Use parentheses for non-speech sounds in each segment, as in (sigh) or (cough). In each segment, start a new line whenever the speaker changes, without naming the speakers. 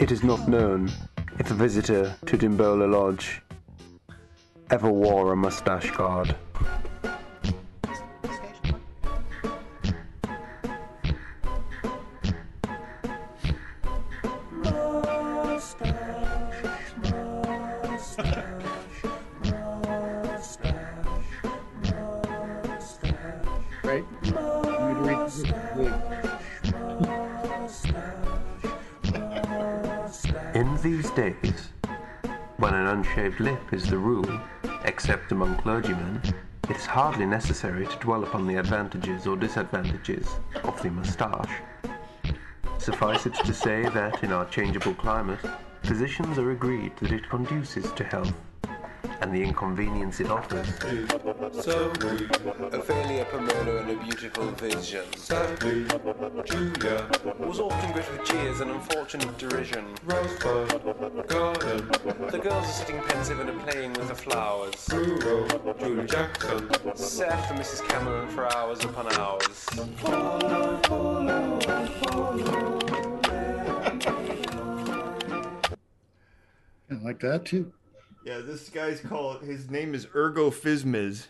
It is not known if a visitor to Dimbola Lodge ever wore a mustache guard.
right? You would read this book.
In these days, when an unshaved lip is the rule, except among clergymen, it is hardly necessary to dwell upon the advantages or disadvantages of the moustache. Suffice it to say that, in our changeable climate, physicians are agreed that it conduces to health, and the inconvenience it offers
So
Ophelia Pomona and a beautiful vision
sadly, Julia,
was often greeted with jeers and unfortunate derision.
Rosebud, Garden,
The girls are sitting pensive and are playing with the flowers.
Rural, Julia Jackson,
Seth and Mrs. Cameron for hours upon hours.
I like that too.
Yeah, this guy's called. His name is Ergo Fismiz.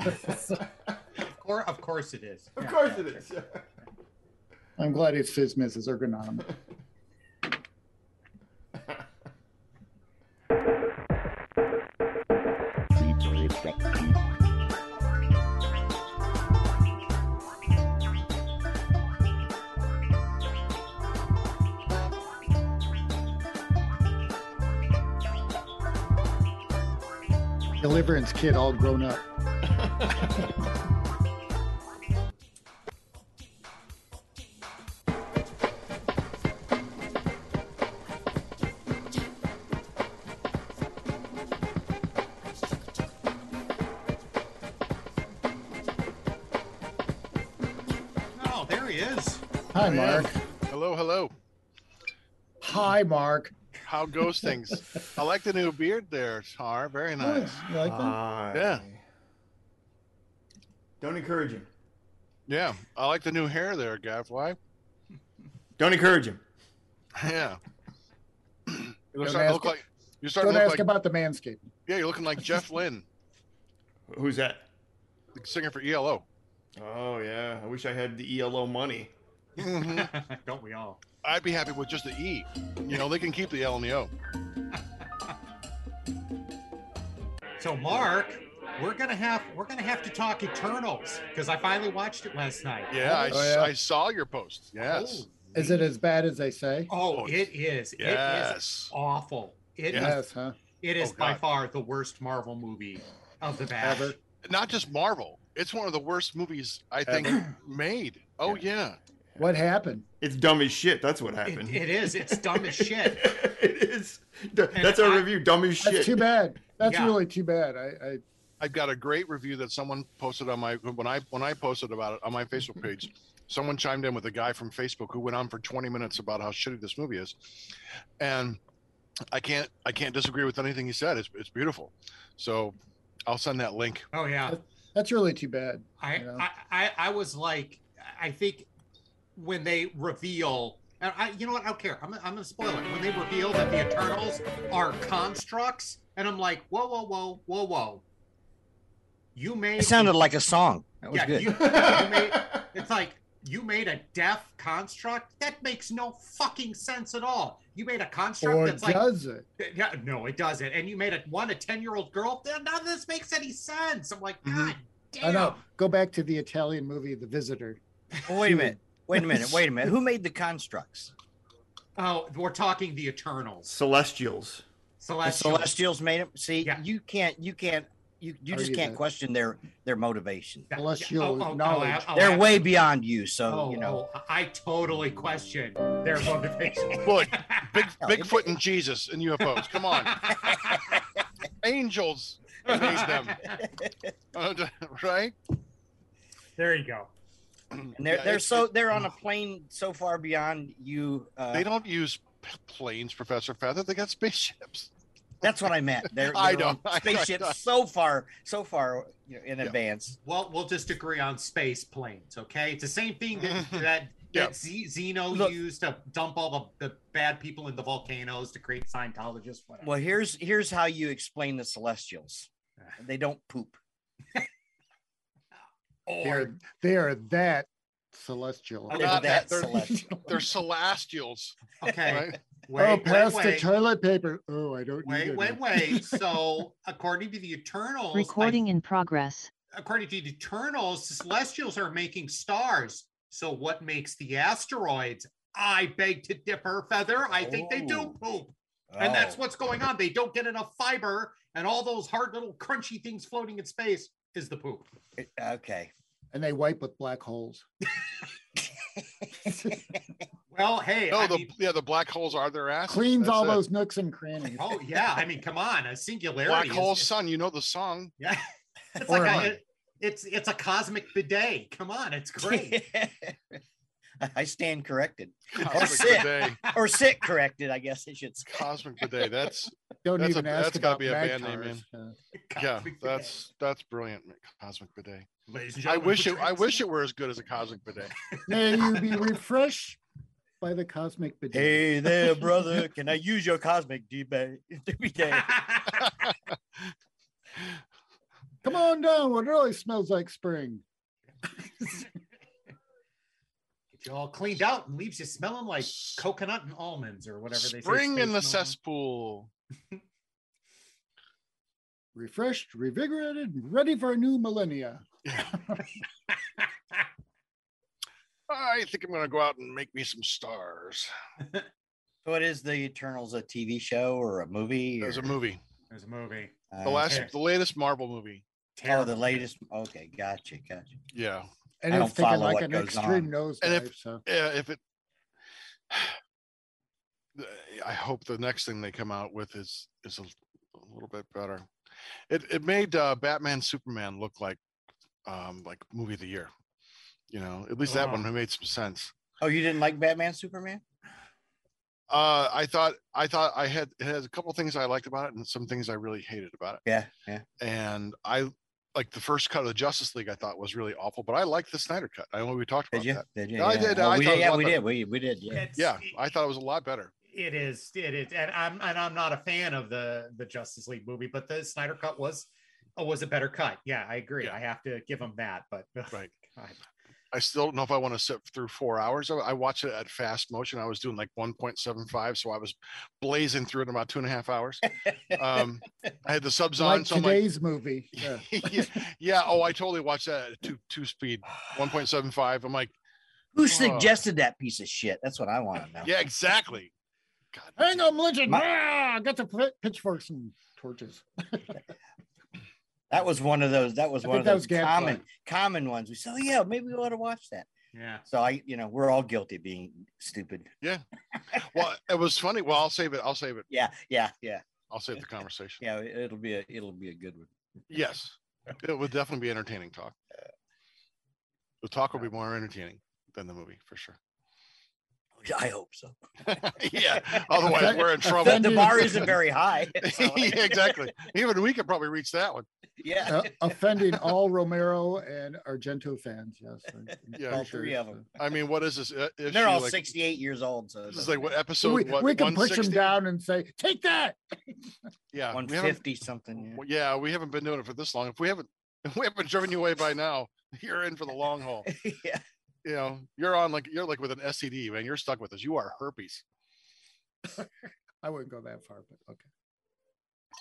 Of course, of course it is.
Of
Yeah.
course it is.
I'm glad it's his Mrs. Ergonom. Deliverance kid all grown up.
Oh, there he
(laughs)
is.
Hi, Mark.
Hello, hello.
Hi, Mark.
How goes things? I like the new beard there, Tar. Very nice.
You like that?
Yeah.
Don't encourage him.
Yeah, I like the new hair there, Gadfly.
Don't encourage him.
Yeah. You're
Don't
starting to
ask-
look like you're starting
Don't
to look
ask
like
about the manscaping.
yeah, you're looking
(laughs)
like Jeff Lynne,
Who's that?
the singer for E ELO.
Oh yeah, I wish I had the ELO money.
Mm-hmm.
Mhm.
Don't we all?
(laughs) I'd be happy with just the E. You know, they can keep the L and the O.
So, Mark, we're gonna have we're gonna have to talk Eternals because I finally watched it last night.
Yeah, I,
Oh,
s-
yeah. Oh,
I saw your post. Yes.
Is it as bad as they say?
Oh,
Oh,
it is. It is
yes.
awful. It is.
Yes, huh?
It is
Oh,
by
God.
far the worst Marvel movie of the batch.
Ever.
Not just Marvel. It's one of the worst movies I think made. Oh yeah.
What happened?
It's dumb as shit. That's what
It,
happened.
it is. It's
(laughs)
dumb as
(laughs)
shit.
it is. D- That's our
I-
review. Dumb as
That's
shit.
too bad. That's
Yeah.
really too bad. I, I
I've got a great review that someone posted on my when I when I posted about it on my Facebook page. Someone chimed in with a guy from Facebook who went on for 20 minutes about how shitty this movie is, and I can't I can't disagree with anything he said. It's it's beautiful, so I'll send that link.
Oh yeah.
that's really too bad.
I,
you know?
I, I, I was like, I think when they reveal, and I, you know what? I don't care. I'm, I'm gonna spoil it. When they reveal that the Eternals are constructs, and I'm like, whoa, whoa, whoa, whoa, whoa. You made.
It sounded like a song. That was
yeah,
good.
(laughs)
(laughs)
You, you made, it's like you made a deaf construct. That makes no fucking sense at all. You made a construct
Or
that's like
does it?
yeah, no, it doesn't. And you made a one a ten year old girl. None of this makes any sense. I'm like,
Mhm.
God damn.
Mm-hmm. I know. Go back to the Italian movie The Visitor.
Oh, wait a minute. Wait a minute. Wait a minute. Who made the (laughs) constructs?
Oh, we're talking the Eternals.
Celestials.
The
Celestial.
Celestials made it. See,
Yeah.
you can't. You can't. You you just
Argue
can't
that.
question their their motivation.
Yeah,
Celestial
yeah. Oh, oh,
knowledge.
oh, oh,
They're
oh,
way beyond you. So
Oh,
you know.
oh, I totally question their
(laughs)
motivation.
Look, Big
No, it-
Bigfoot and Jesus and UFOs.
(laughs)
Come on,
(laughs)
angels (laughs) made them, Uh, right?
there you go.
And they're
Yeah,
they're
it-
so
it- (laughs)
they're on a plane so far beyond you. Uh,
they don't use p- planes, Professor Feather. They got spaceships.
That's what I meant. They're,
(laughs) I
they're on
know, I know, I
spaceships
know.
so far, so far you know, in advance.
Well, we'll just agree on space planes, okay? It's the same thing
(laughs)
that that,
Yeah.
that Z- Zeno
Look-
used to dump all the, the bad people into volcanoes to create Scientologists. Whatever.
Well, here's here's how you explain
(sighs)
the Celestials. They don't poop.
They're they are that celestial. Oh,
They're
They're not that-
that
they're- (laughs)
celestial. (laughs)
They're celestials,
Okay.
right?
Wait,
oh,
wait,
pass the
wait.
toilet paper. Oh, I don't need
Wait,
it.
wait, wait. So, according to the Eternals, I-
Recording in progress.
according to the Eternals, the Celestials are making stars. So, what makes the asteroids? I beg to differ, Feather. I think they
Oh.
do poop, and that's
Oh.
what's going on. They don't get enough fiber, and all those hard little crunchy things floating in space is the poop.
Okay.
And they wipe with black holes.
Well, hey,
No,
I
the
mean,
yeah, the black holes are their ass.
Cleans all those nooks and crannies.
oh yeah, I mean, come on, a singularity.
black
is-
hole sun. You know the song.
(laughs) Yeah, it's
Or
like
am
a, it- it's it's a cosmic bidet. Come on, it's great.
(laughs) I- I stand (laughs) corrected
(laughs) Cosmic
it.
bidet.
(laughs)
or sit corrected, I guess I should say.
Cosmic bidet. That's
Don't
That's a-
even ask
that's gotta
about
be a band name,
Magtars. Uh,
(laughs) yeah.
Cosmic bidet.
That's that's brilliant. Cosmic bidet.
Ladies and
I
gentlemen,
wish
put
it.
your
I
hands (laughs)
wish
up.
it were as good as a cosmic (laughs) bidet.
May you be refreshed by the cosmic bidet.
Hey there, (laughs) brother. Can I use your cosmic debate? (laughs)
Come on down. What really smells like spring.
Get you all cleaned out and leaves you smelling like coconut and almonds or whatever they say.
Spring in the
space smell.
(laughs) cesspool.
Refreshed, revigorated, and ready for a new millennia.
I think I'm gonna go out and make me some stars.
What is the Eternals a TV show or a movie?
There's a
or-
movie.
There's a movie.
Uh,
The last,
Okay.
the latest Marvel movie.
Oh, the latest. Okay, gotcha, gotcha.
Yeah.
And
I
it's
don't
taken
follow
like
what
an
goes
extreme
on.
nose
And if-
dive, so
Yeah. If it. (sighs) I hope the next thing they come out with is is a, a little bit better. It it made uh, Batman Superman look like um like movie of the year. You know, at least that
Oh.
one made some sense.
Oh, you didn't like Batman Superman?
Uh, I thought I thought I had it has a couple things I liked about it and some things I really hated about it.
Yeah, yeah.
and I like the first cut of the Justice League I thought was really awful, but I liked the Snyder cut. I know we talked about
Did you?
that.
Did you?
No, I did.
Oh,
I
we
thought it was
did. Yeah,
a lot
we
better.
did. We, we did. Yeah.
It's-
Yeah, I thought it was a lot better.
it is. It is, and I'm and I'm not a fan of the the Justice League movie, but the Snyder cut was uh, was a better cut. Yeah, I agree.
Yeah.
I have to give him that. But (laughs)
Right.
God.
I still don't know if I want to sit through four hours. of it. I watched it at fast motion. I was doing like 1.75, so I was blazing through it in about two and a half hours. Um, I had the subs
(laughs)
on,
like
so I'm like,
today's
(laughs)
movie. Yeah.
yeah, yeah, oh, I totally watched that at two two speed, 1.75. I'm like,
Who suggested that piece of shit? That's what I want to know.
yeah, exactly. God,
Hang on, legend.
My-
ah, got the pit- pitchforks and torches.
That was one of those. That was
I
one
think
of
that
those
was Gadfly.
common common ones. We said, oh, yeah, maybe we ought to watch that.
yeah.
So I, you know, we're all guilty of being stupid.
well, it was funny. Well, I'll save it. I'll save it.
Yeah, yeah, yeah,
I'll
(laughs)
save the conversation.
yeah. it- It'll be a it'll be a good one.
Yes, it would definitely be entertaining talk. The talk will be more entertaining than the movie for sure.
I hope so.
(laughs) yeah. Otherwise, we're in
The,
trouble.
the bar
(laughs)
isn't very high. (laughs) so-
Oh, (laughs) yeah, exactly. Even we could probably reach that one.
yeah. (laughs)
Uh, offending all Romero and Argento fans.
(laughs)
Yes. I'm- I'm
Yeah.
pretty
All three of 'em.
I mean, what is this? Uh,
And
issue,
They're all
like,
68 years old. So
This is like what
So
episode?
we,
what,
we can push him
160?
down and say, take that.
Yeah, we haven't.
150 something. yeah.
well, Yeah, we haven't been doing it for this long. If we haven't, (laughs) if we haven't driven you away by now, you're in for the long
(laughs)
haul. (laughs)
yeah.
You know, you're on like you're like with an STD, man. You're stuck with us. You are herpes.
I wouldn't go that far, but okay.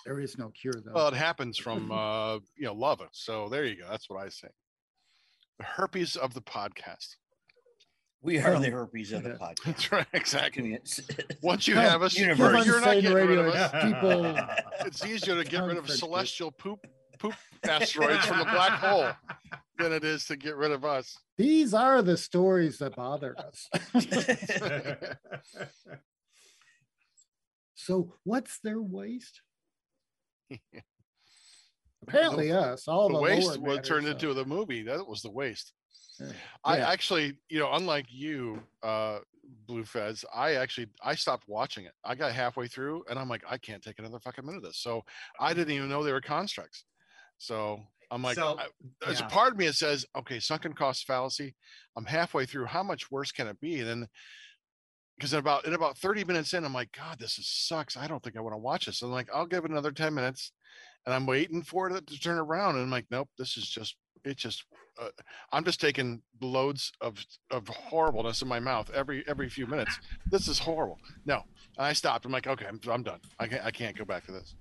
There is no cure
Oh.
though.
Well, it happens
(laughs)
from uh, you know lava. So there you go. That's what I say. The herpes of the podcast. (laughs)
We are
Um,
the herpes of the
yeah.
podcast.
That's right. Exactly.
Community.
Once you
No,
have us, you're,
Give
Oh, universe.
us
you're not
sane
getting rid
radio.
of us.
It's people.
(laughs)
It's easier to get rid of
Conference group.
celestial poop poop asteroids from the black hole than it is to get rid of
(laughs)
us.
These are the stories that bother us. (laughs)
(laughs)
(laughs)
So what's their waste? Apparently, us. All the,
the waste
lower
was turned
matters,
into the movie. That was the waste.
Yeah.
I
Yeah.
actually, you know, unlike you, uh, Blue Fez, I actually I stopped watching it. I got halfway through and I'm like, I can't take another fucking minute of this. So I didn't even know they were constructs. So I'm like,
So,
I- there's
yeah.
a part of me that says, okay, sunken cost fallacy. I'm halfway through. How much worse can it be? And then because in about in about 30 minutes in, I'm like, God, this is sucks. I don't think I want to watch this. I'm like, I'll give it another 10 minutes. And I'm waiting for it to turn around. And I'm like, nope, this is just it's just uh, I'm just taking loads of of horribleness in my mouth every every few minutes. This is horrible. No, and I stopped. I'm like, okay, I'm, I'm done. I can't I can't go back to this.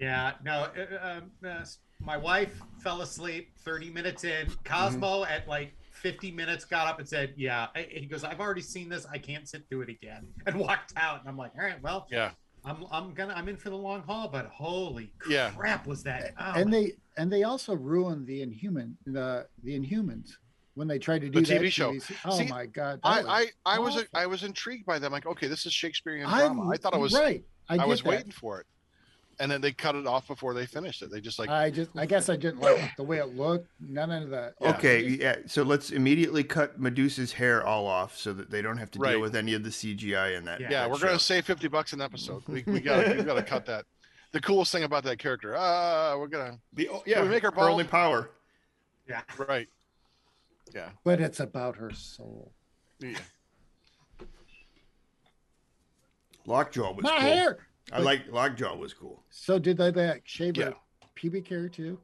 Yeah, no. uh, Um, uh, my wife fell asleep 30 minutes in. Cosmo
Mm-hmm.
at like 50 minutes got up and said, "Yeah." I, he goes, "I've already seen this. I can't sit through it again," (laughs) and walked out. And I'm like, "All right, well,
Yeah,
I'm I'm gonna I'm in for the long haul." But holy
Yeah.
crap, was that? Oh,
uh, and they and they also ruined the Inhuman the the Inhumans when they tried to do
The
that
TV show.
TV Oh
See,
my god! that was-
I I, I was
awful.
I was intrigued by them. Like, okay, this is Shakespearean drama. I, thought it was
right. I,
I,
get
was
that.
waiting for it, and then they cut it off before they finished it. They just like
I just I guess I didn't like the way it looked. None of that.
Yeah.
Okay, yeah. So let's immediately cut Medusa's hair all off so that they don't have to
Right.
deal with any of the CGI in that.
Yeah.
yeah,
that
we're gonna
show.
save fifty bucks an episode. We, we gotta we gotta cut that. The coolest thing about that character, ah, we're gonna
The, yeah,
we make her bald?
only power.
yeah.
right.
But it's about her soul.
Yeah.
Lockjaw was
My
cool.
hair.
I like Lockjaw was cool.
So did they back shave
Yeah.
her pubic hair too?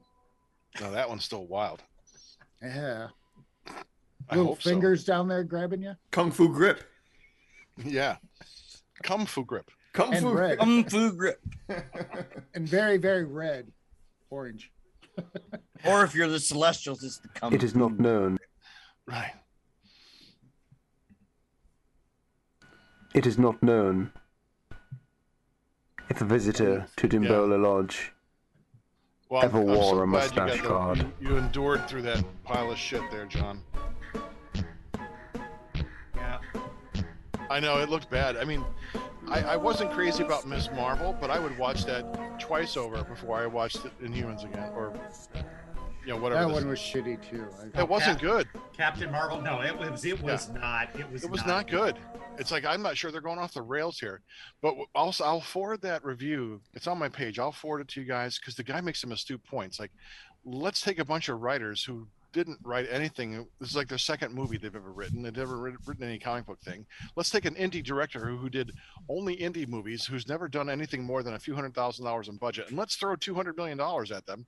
No, that one's still wild.
Yeah.
I
Little
hope so.
fingers down there grabbing you.
Kung Fu Grip.
Yeah. Kung Fu grip.
Kung
And
Fu
red.
Kung Fu grip.
And very, very red. Orange.
Or if you're the Celestials, it's the Kung
It is not known.
Right.
It is not known if a visitor to Dimbola Lodge.
Well, I'm-
Ever
I'm
wore
so
a
glad you got
mustache
the-
guard.
You, you endured through that pile of shit there, John.
Yeah.
I know it looked bad. I mean, I, I wasn't crazy about Miss Marvel, but I would watch that twice over before I watched it Inhumans again, or you know whatever.
That
this-
one was shitty too. I,
it wasn't good.
Captain Marvel. No, it was it was not. It was
It was not
good.
good. It's like I'm not sure they're going off the rails here. But w- also, I'll forward that review. It's on my page. I'll forward it to you guys because the guy makes some astute points. Like, let's take a bunch of writers who didn't write anything. This is like their second movie they've ever written. They've never writ- written any comic book thing. Let's take an indie director who, who did only indie movies, who's never done anything more than a few hundred thousand dollars in budget, and let's throw two hundred million dollars at them.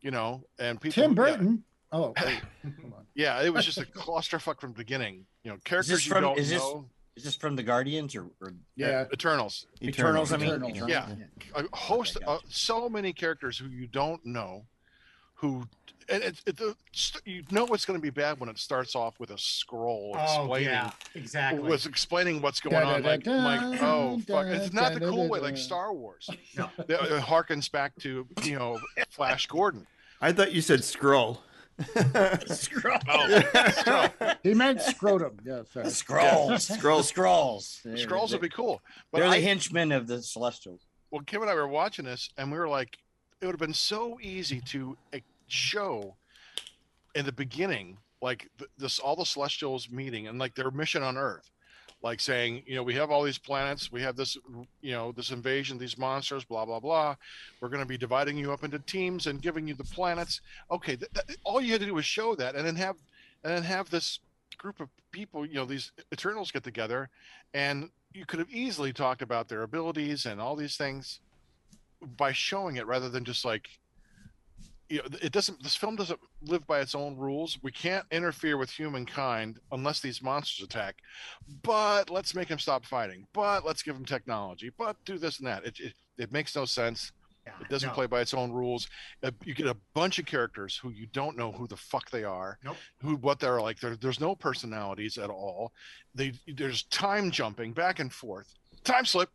You know, and people.
Tim
yeah.
Burton.
(laughs)
Oh, wait. Come on.
Yeah, it was just a (laughs) clusterfuck from the beginning. You know, characters you
from-
don't
is this-
know.
Is this from the Guardians or, or
Yeah.
Eternals.
Eternals? I mean,
Eternals.
Eternals.
Yeah.
(laughs)
Oh,
a host
Okay,
uh, so many characters who you don't know who and it, it, the, st- you know it's going to be bad when it starts off with a scroll
Oh
explaining
yeah, exactly.
was explaining what's going on like,
Da-da-da-da,
like oh fuck it's not the cool way
da-da-da-da.
like star wars
No.
(laughs) That, uh, harkens back to you know flash gordon
I thought you said Skrull.
Scroll.
(laughs) oh
He meant scrotum. Yeah, sorry.
(laughs)
The scrolls.
Skrull.
The scrolls. There
scrolls
it
would be cool but
They're
I,
the henchmen of the Celestials.
well, Kim and I were watching this, and we were like, it would have been so easy to eh, show in the beginning, like th- this, all the Celestials meeting and like their mission on Earth, like saying, you know, we have all these planets, we have this, you know, this invasion, these monsters, blah blah blah. We're going to be dividing you up into teams and giving you the planets. Okay, th- th- all you had to do was show that, and then have, and then have this group of people, you know, these Eternals get together, and you could have easily talked about their abilities and all these things by showing it rather than just like you know it doesn't this film doesn't live by its own rules we can't interfere with humankind unless these monsters attack but let's make them stop fighting but let's give them technology but do this and that it, it, it makes no sense
Yeah,
it doesn't
no.
play by its own rules Uh, you get a bunch of characters who you don't know who the fuck they are
Nope.
who what they're like there, there's no personalities at all they there's time jumping back and forth
(laughs)
time slip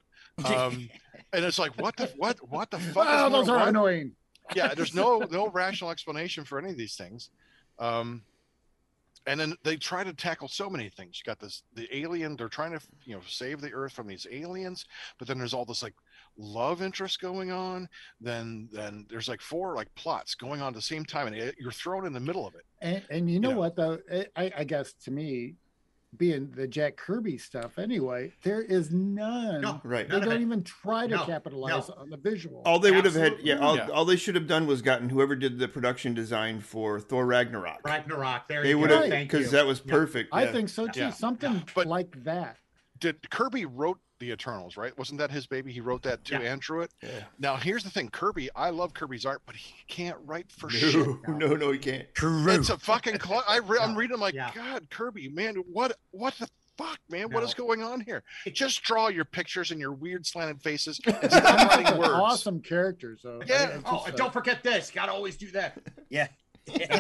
um and it's like what the what what the fuck
Oh,
is going
those are
on?
annoying.
yeah there's no no rational explanation for any of these things um and then they try to tackle so many things you got this the alien they're trying to you know save the earth from these aliens but then there's all this like love interest going on. Then then there's like four like plots going on at the same time, and it, you're thrown in the middle of it.
And, and you know
know.
what though, I- I, I guess to me, being the Jack Kirby stuff anyway, there is none.
No,
Right.
they
none of
don't
it.
even try to
No,
capitalize
no.
on the visual.
Oh,
All they would have had,
Absolutely.
yeah all,
Yeah.
all they should have done was gotten whoever did the production design for Thor Ragnarok.
Ragnarok. There
They
you
would
go.
have,
Thank
because
you.
that was
Yeah.
perfect.
I
yeah.
think so too.
Yeah.
Something
But-
like that.
did Kirby wrote the Eternals, right? Wasn't that his baby? He wrote that too
Yeah.
and drew it. Now here's the thing, Kirby. I love Kirby's art, but he can't write for shit.
No, (laughs) no, no, he can't.
True.
It's a fucking. Cl- I re- I'm
Yeah.
reading like
Yeah.
God, Kirby, man, what what the fuck, man? What is
No.
going on here?
It-
Just draw your pictures and your weird slanted faces
(laughs)
and stop writing
(laughs) Some
words.
Awesome characters though. I mean,
Yeah.
it's
Oh,
just,
and
uh,
don't forget this. Gotta always do
(laughs)
that. (laughs)
yeah, (laughs) but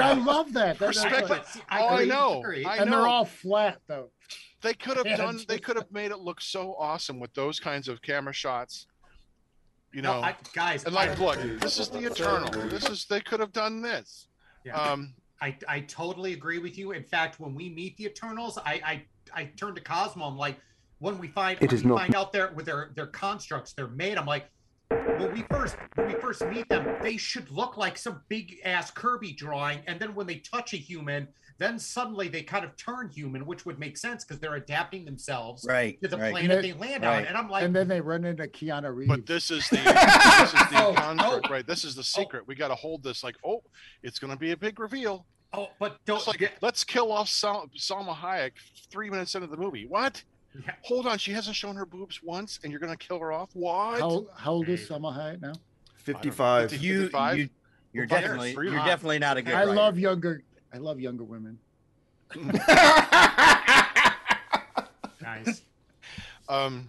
I love that. That- that's
Perspective.
like-
But see,
Oh, I
agree.
know.
Agree.
I
and they're
know.
all flat though.
They could have
Yeah,
done. They
just-
could have made it look so awesome with those kinds of camera shots. You know,
No, I, guys,
and like,
I-
look, this is the Eternal. This is they could have done this.
Yeah.
Um,
I, I totally agree with you. In fact, when we meet the Eternals, I I, I turn to Cosmo. I'm like, when we find
It
when
is
we
not-
find out their with their their constructs they're made, I'm like, when we first when we first meet them, they should look like some big ass Kirby drawing. And then when they touch a human, then suddenly they kind of turn human, which would make sense because they're adapting themselves
Right.
to the
right.
planet they land on.
right.
And I'm like,
and then they run into Keanu Reeves.
But this is the this is the
(laughs) Oh,
construct,
oh.
right? This is the secret. We got to hold this. Like, oh, it's going to be a big reveal.
oh, but don't
It's like,
get-
let's kill off Sal- Salma Hayek three minutes into the movie. What?
Yeah.
Hold on, she hasn't shown her boobs once, and you're going to kill her off? What?
how, how old is Selma Hayek now?
Fifty-five.
Fifty-
You,
55?
you, you're
Well,
definitely,
there's
you're
three.
definitely not a good.
I
writer.
love younger. I love younger women.
nice.
Um,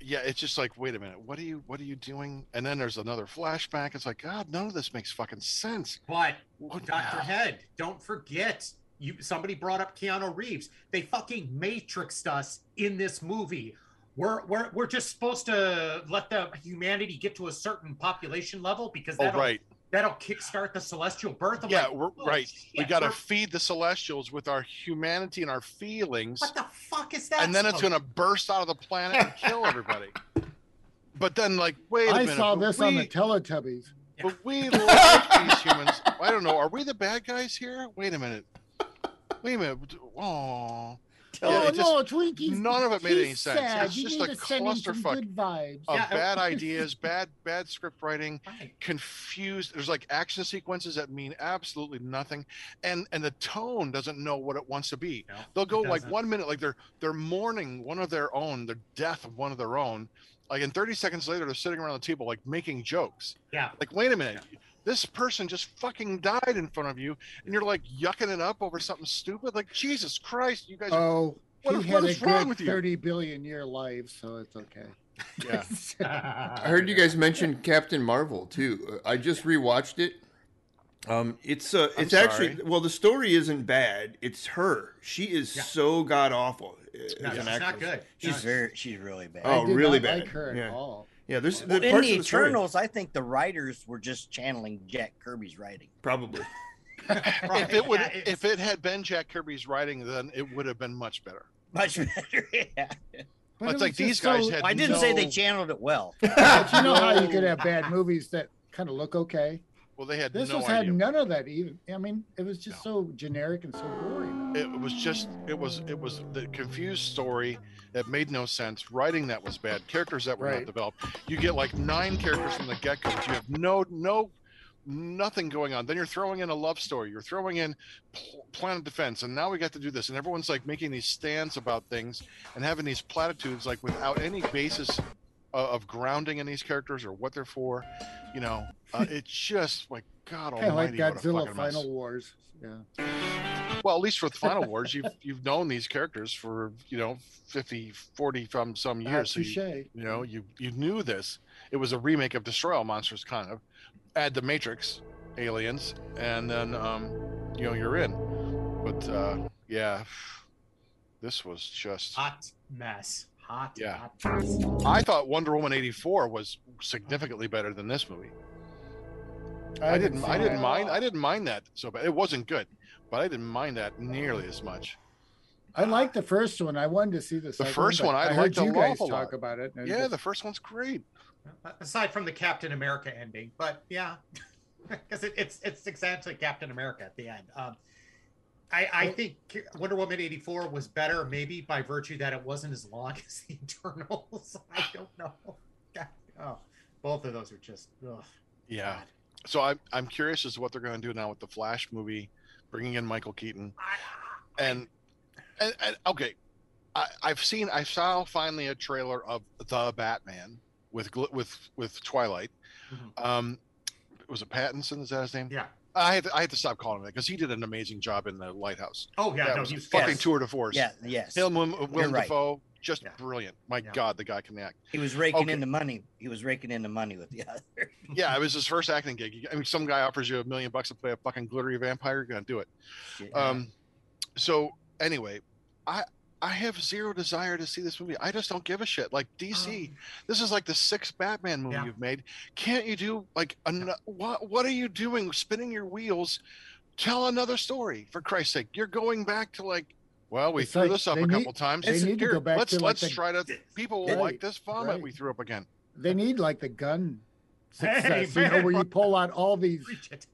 yeah, it's just like, wait a minute, what are you, what are you doing? And then there's another flashback. It's like, God, none of this makes fucking sense.
But
What-
Dr. Oh, Head, don't forget you somebody brought up Keanu Reeves. They fucking matrixed us in this movie. We're we're we're just supposed to let the humanity get to a certain population level because
Oh
that'll
right, that'll
that'll kickstart the celestial birth. I'm
yeah,
like,
we're
oh,
right. we
shit,
got to
we're-
feed the Celestials with our humanity and our feelings.
What the fuck is that?
and then it's
supposed-
going to burst out of the planet and
(laughs)
kill everybody. But then, like, wait a
I
minute.
saw
but
this
we,
on the Teletubbies.
But we like these humans.
(laughs)
I don't know. Are we the bad guys here? Wait a minute. Wait a minute. Oh,
oh
yeah, it
no, Twinkies!
none of it made any
he's
sense.
sad.
It's
you
just
need
a
to send him some
clusterfuck.
Good vibes.
of
Yeah, I-
bad ideas, bad bad script writing, (laughs)
Right.
confused. There's like action sequences that mean absolutely nothing, and and the tone doesn't know what it wants to be.
No,
They'll
it
go like
doesn't.
one minute, like they're they're mourning one of their own, the death of one of their own. Like in 30 seconds later, they're sitting around the table, like making jokes.
Yeah.
Like, wait a minute, this person just fucking died in front of you, and you're like yucking it up over something stupid. Like, Jesus Christ, you guys. Are,
Oh,
What
he
is-
had
what
a
is wrong
good
with you?
thirty billion year life, so it's okay.
yeah. (laughs)
I heard you guys mention Captain Marvel too. Uh, I just rewatched it. Um, it's uh,
I'm
it's actually
sorry.
well, the story isn't bad. It's her. She is
Yeah.
so god awful. uh,
No,
as
she's
an
not
actress.
good.
She's
No,
very, she's really bad.
Oh,
I did
really
not
bad.
Like her at
Yeah.
all.
Yeah, there's
Well,
the
in
parts
the
of the story-
Eternals, I think the writers were just channeling Jack Kirby's writing. (laughs)
probably.
right,
If it would,
(laughs) yeah, it's-
if it had been Jack Kirby's writing, then it would have been much better.
Much better. Yeah.
But
It's
it was
like these
just
guys
so-
had-
I didn't say they
No.
channeled it well.
But you know how you could have bad movies that kind of look okay.
Well, they had
This
no
was
idea.
had none of that. Even I mean, it was just so generic and so boring.
it was just it was it was the confused story that made no sense writing that was bad characters that were
Right.
not developed you get like nine characters from the get-go but you have no no nothing going on then you're throwing in a love story you're throwing in pl- planet defense and now we got to do this and everyone's like making these stands about things and having these platitudes like without any basis of, of grounding in these characters or what they're for you know
(laughs)
uh, it's just like god
Kind of like
almighty Oh, what a
Godzilla
fucking mess.
Final Wars. Yeah.
Well, at least with Final Wars, you've you've known these characters for you know 50, 40 from some
Ah,
years. So
touche.
you, you know you you knew this. It was a remake of Destroy All Monsters, kind of. Add the Matrix, Aliens, and then um, you know you're in. But uh, yeah, this was just.
hot mess. Hot,
Yeah.
hot mess.
I thought Wonder Woman '84 was significantly better than this movie. I, didn't.
see
I didn't
that.
mind. I didn't mind that so bad. It wasn't good, but I didn't mind that nearly as much.
I liked the first one. I wanted to see the, second
first
but
one I
heard
liked an
you guys
awful
talk
lot.
about it. and it
Yeah,
just-
the first one's great.
aside from the Captain America ending, but yeah, (laughs) because it, it's it's exactly Captain America at the end. Um, I I think Wonder Woman eighty four was better, maybe by virtue that it wasn't as long (laughs) as the Eternals. I don't know. (laughs) God, oh, both of those are just ugh,
Yeah.
God.
So I'm I'm curious as to what they're going to do now with the Flash movie, bringing in Michael Keaton
I-
and and, and okay, I, I've seen I saw finally a trailer of the Batman with Gl- with with Twilight.
Mhm.
Um, was it Pattinson? Is that his name?
yeah.
I had to, I had to stop calling him that because he did an amazing job in the Lighthouse.
Oh yeah,
that
no,
was
he
a
was
fucking
yes.
tour de force.
Yeah, yes.
Him, Willem, Willem
right.
Dafoe, just
Yeah.
brilliant. My
Yeah.
God, the guy can act.
He was raking
Okay.
in the money. He was raking in the money with the (laughs) other.
Yeah, it was his first acting gig. I mean, some guy offers you a million bucks to play a fucking glittery vampire, you're gonna do it.
shit.
Um, so anyway, I I have zero desire to see this movie. I just don't give a shit. Like
Oh,
DC,
Oh.
this is like the sixth Batman movie
Yeah.
you've made. Can't you do like an- what? What are you doing? Spinning your wheels? Tell another story for Christ's sake. You're going back to like. Well, we
It's
threw
like
this up
they
a
need-
couple times.
they need to go back
let's
to, like,
let's
the-
try to. People will
Right,
like this vomit
right.
we threw up again.
They need like the gun
Hey,
success, you know,
man.
where you pull out all these,
Preach it.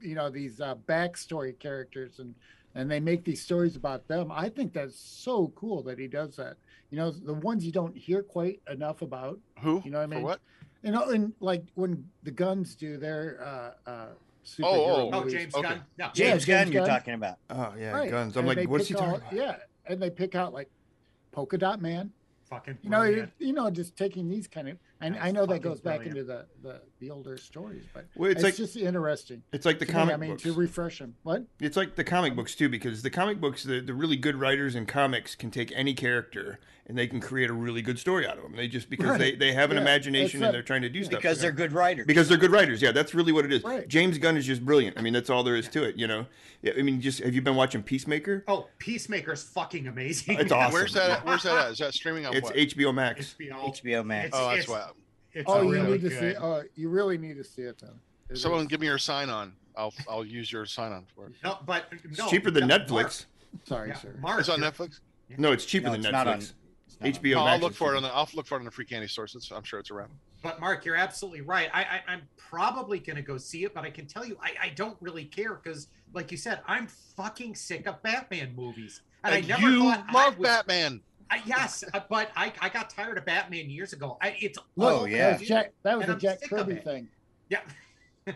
you know, these uh, backstory characters and and they make these stories about them. I think that's so cool that he does that. You know, the ones you don't hear quite enough about.
Who?
You know what I mean?
For what?
You know, and like when the guns do their uh, uh, superhero
oh.
Oh,
movies.
James
Okay.
Gunn. No,
Yeah,
James Gunn,
James
you're
Gunn.
talking about.
Oh yeah,
Right.
guns. I'm
And they
like, what's he
pick
talking
out-
about?
Yeah, and they pick out like Polka Dot Man.
fucking
You know,
brilliant.
you, you know, just taking these kind of, and
That's
I know that
fucking
goes back
brilliant.
into the, the the older stories, but
Well,
it's,
it's like
just interesting.
it's like the
to me,
comic
I mean,
books.
to refresh them. What?
It's like the comic books too, because the comic books, the, the really good writers in comics can take any character and they can create a really good story out of them. They just because they, they have an
Yeah,
imagination
that's right.
and they're trying to do stuff
Because they're good writers.
because they're good writers. Yeah, that's really what it is.
Right.
James Gunn is just brilliant. I mean, that's all there is to it. You know, yeah, I mean, just have you been watching Peacemaker?
Oh, Peacemaker's fucking amazing.
It's
(laughs)
awesome.
Where's that? at? Where's that? At? Is that streaming on
It's
what?
HBO Max.
HBO.
HBO Max.
oh, that's
it's-
why.
It's
Oh, you
really
need to see.
good.
It. Oh, you really need to see it then. It
Someone
is-
give me your sign on. I'll I'll use your sign on for it.
No, but
It's
no,
cheaper than
no,
Netflix.
sorry,
Mark, yeah,
sir.
Mark,
It's on
you're-
Netflix.
No, it's cheaper
No,
than
it's
Netflix.
not on- it's not on-
HBO
No,
Max.
I'll look
is
for it
cheaper.
on the I'll look for it on the free candy source. It's, I'm sure it's around.
But Mark, you're absolutely right. I, I I'm probably gonna go see it, but I can tell you, I, I don't really care because, like you said, I'm fucking sick of Batman movies, and, I never
you
thought I
love
was-
Batman.
I, yes, uh, but I, I got tired of Batman years ago. I, it's
Look,
Oh,
all I
yeah.
that was Jack, that was
And
a
I'm
Jack
sick of
Kirby
it.
thing.
do.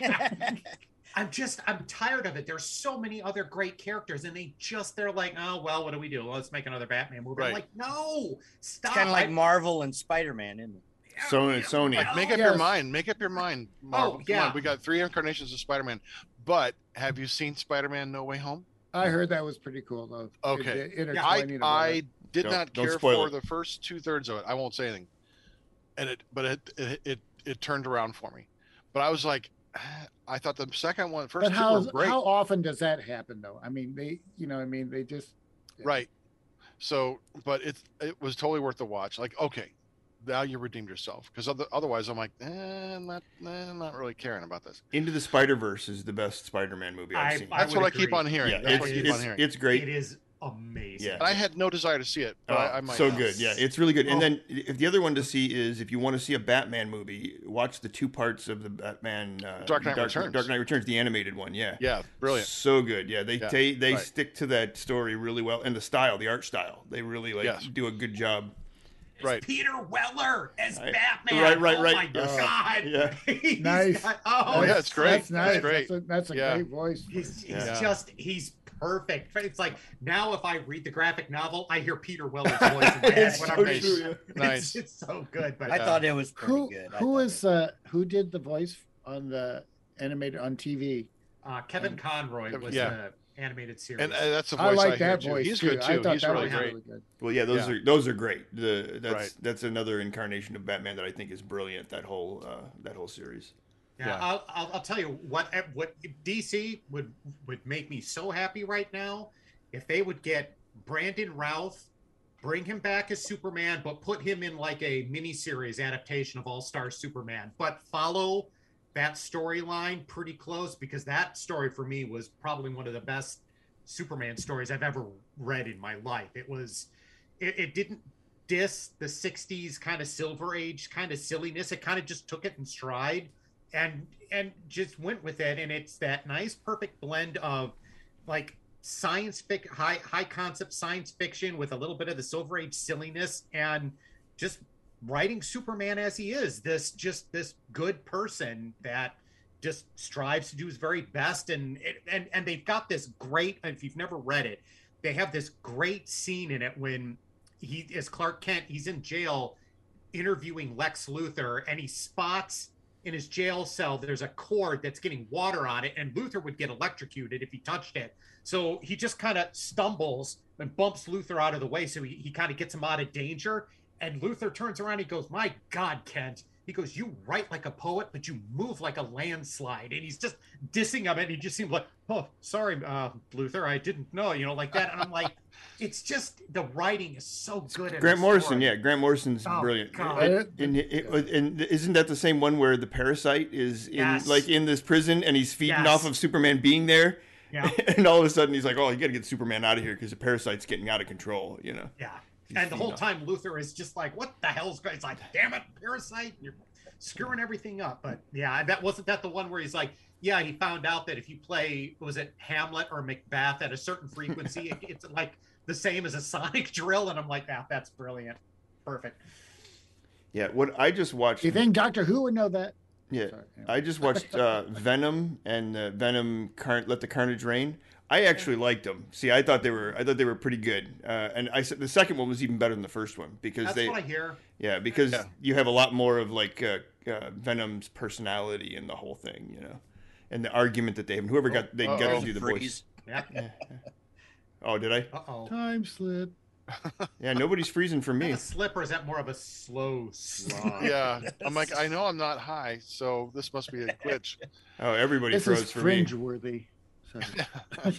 Yeah. (laughs)
(laughs)
I'm just I'm tired of it. There's so many other great characters, and they just they're like, oh well, what do we do? Let's make another Batman movie.
Right.
I'm like, no, stop.
it's kind of like
I-
Marvel and Spider Man, isn't it?
Sony. Sony.
Like, make up
Yes.
your mind. Make up your mind. Marvel. Come
Oh, yeah.
on, we got three incarnations of Spider-Man. But have you seen Spider-Man: No Way Home?
I heard that was pretty cool though.
Okay.
It- it-
I
intertwining of all
I
that.
did
Don't-
not
don't
care
spoil
for
it.
the first two thirds of it. I won't say anything. And it, but it it it, it turned around for me. But I was like, (sighs) I thought the second one, first
But
two were
how
great.
how often does that happen though? I mean, they you know, I mean, they just
Right. So, but it it was totally worth the watch. Like, okay, now you redeemed yourself because other, otherwise, I'm like, eh, I'm not, eh, I'm not really caring about this.
Into the Spider Verse is the best Spider Man movie I've
I-
seen.
I
That's what
would
I keep
agree.
on hearing.
yeah,
That's
it's,
what I keep on
it's,
hearing.
it's great.
it is amazing.
Yeah.
and I had no desire to see it, but
Oh,
I, I might.
so
now.
good. Yeah, it's really good.
Oh.
And then if the other one to see is if you want to see a Batman movie, watch the two parts of the Batman uh,
Dark Knight Returns.
Dark Knight Returns, the animated one. Yeah.
Yeah, brilliant.
So good. Yeah, they
Yeah,
they, they
right.
stick to that story really well and the style, the art style. They really like
Yes.
do a good job.
Right.
Peter Weller as
Right.
Batman.
Right, right,
oh
right.
My
Uh,
God.
yeah.
(laughs) He's
Nice.
got- oh,
yeah,
That's-
it's great.
That's
It's
nice.
great.
That's a, that's a
Yeah.
great voice. for
he's, he's
Yeah.
just he's perfect. It's like now if I read the graphic novel, I hear Peter Weller's
(laughs)
voice. in my head
It's
when
so
I'm reading
true,
it.
yeah.
It's-
Nice.
It's, so good. But
I thought it was pretty
who
good. I
who
thought
is
it-
uh who did the voice on the animated on TV?
uh, Kevin Conroy was
Yeah.
the animated series.
And uh, that's the voice
I
I,
like
hear,
that
too.
voice
He's
too.
good
I
too.
thought
He's
that
really
was
great.
really good.
Well, yeah, those
Yeah.
are those are great. The that's
Right.
that's another incarnation of Batman that I think is brilliant. That whole uh, that whole series.
Yeah,
Yeah.
I'll, I'll, I'll tell you what eh, what DC would would make me so happy right now if they would get Brandon Routh, bring him back as Superman, but put him in like a miniseries adaptation of All Star Superman, but follow that storyline pretty close because that story for me was probably one of the best Superman stories I've ever read in my life. It was, it, it didn't diss the 60s kind of silver age kind of silliness it kind of just took it in stride and and just went with it and it's that nice perfect blend of like science fic high high concept science fiction with a little bit of the silver age silliness and just writing superman as he is this just this good person that just strives to do his very best and it- and and they've got this great if you've never read it they have this great scene in it when he is Clark Kent he's in jail interviewing Lex Luthor and he spots in his jail cell there's a cord that's getting water on it and Luthor would get electrocuted if he touched it so he just kind of stumbles and bumps Luthor out of the way so he, he kind of gets him out of danger and Luther turns around. He goes, "My God, Kent." He goes, "You write like a poet, but you move like a landslide." And he's just dissing him, and he just seems like, "Oh, sorry, uh, Luther, I didn't know," you know, like that. And
(laughs)
I'm like, "It's just the writing is so good." in
Grant
this
Morrison,
story.
yeah, Grant Morrison's
Oh,
brilliant.
God.
And, and, and isn't that the same one where the parasite is in
Yes.
like in this prison and he's feeding
Yes.
off of Superman being there,
yeah,
(laughs) and all of a sudden he's like, "Oh, you got to get Superman out of here because the parasite's getting out of control," you know.
yeah.
He's
And the
feeding
whole
off-
time, Luther is just like, "What the hell's going?" It's like, "Damn it, parasite! You're screwing everything up." But yeah, that wasn't that the one where he's like, "Yeah, he found out that if you play was it Hamlet or Macbeth at a certain frequency, it, it's like the same as a sonic (laughs) drill." And I'm like, "Ah, that's brilliant, perfect."
Yeah, what I just watched.
Do you think Doctor Who would know that?
Yeah,
Sorry, anyway.
I just watched uh, Venom and uh, Venom Car- Let the Carnage Reign. I actually liked them. See, I thought they were I thought they were pretty good. Uh, and I said the second one was even better than the first one because
That's
they
what I hear.
yeah because
Yeah.
you have a lot more of like uh, uh, Venom's personality in the whole thing, you know, and the argument that they have. Whoever got they got
uh-oh.
to do the
oh, Freeze.
voice.
Yeah.
Oh, did I?
Uh oh.
Time slip.
Yeah, nobody's freezing for me.
A slip or is that more of a slow
(laughs)
slide?
Yeah, I'm like, I know I'm not high, so this must be a glitch. (laughs)
Oh, everybody
This
froze
is
for me.
fringe worthy.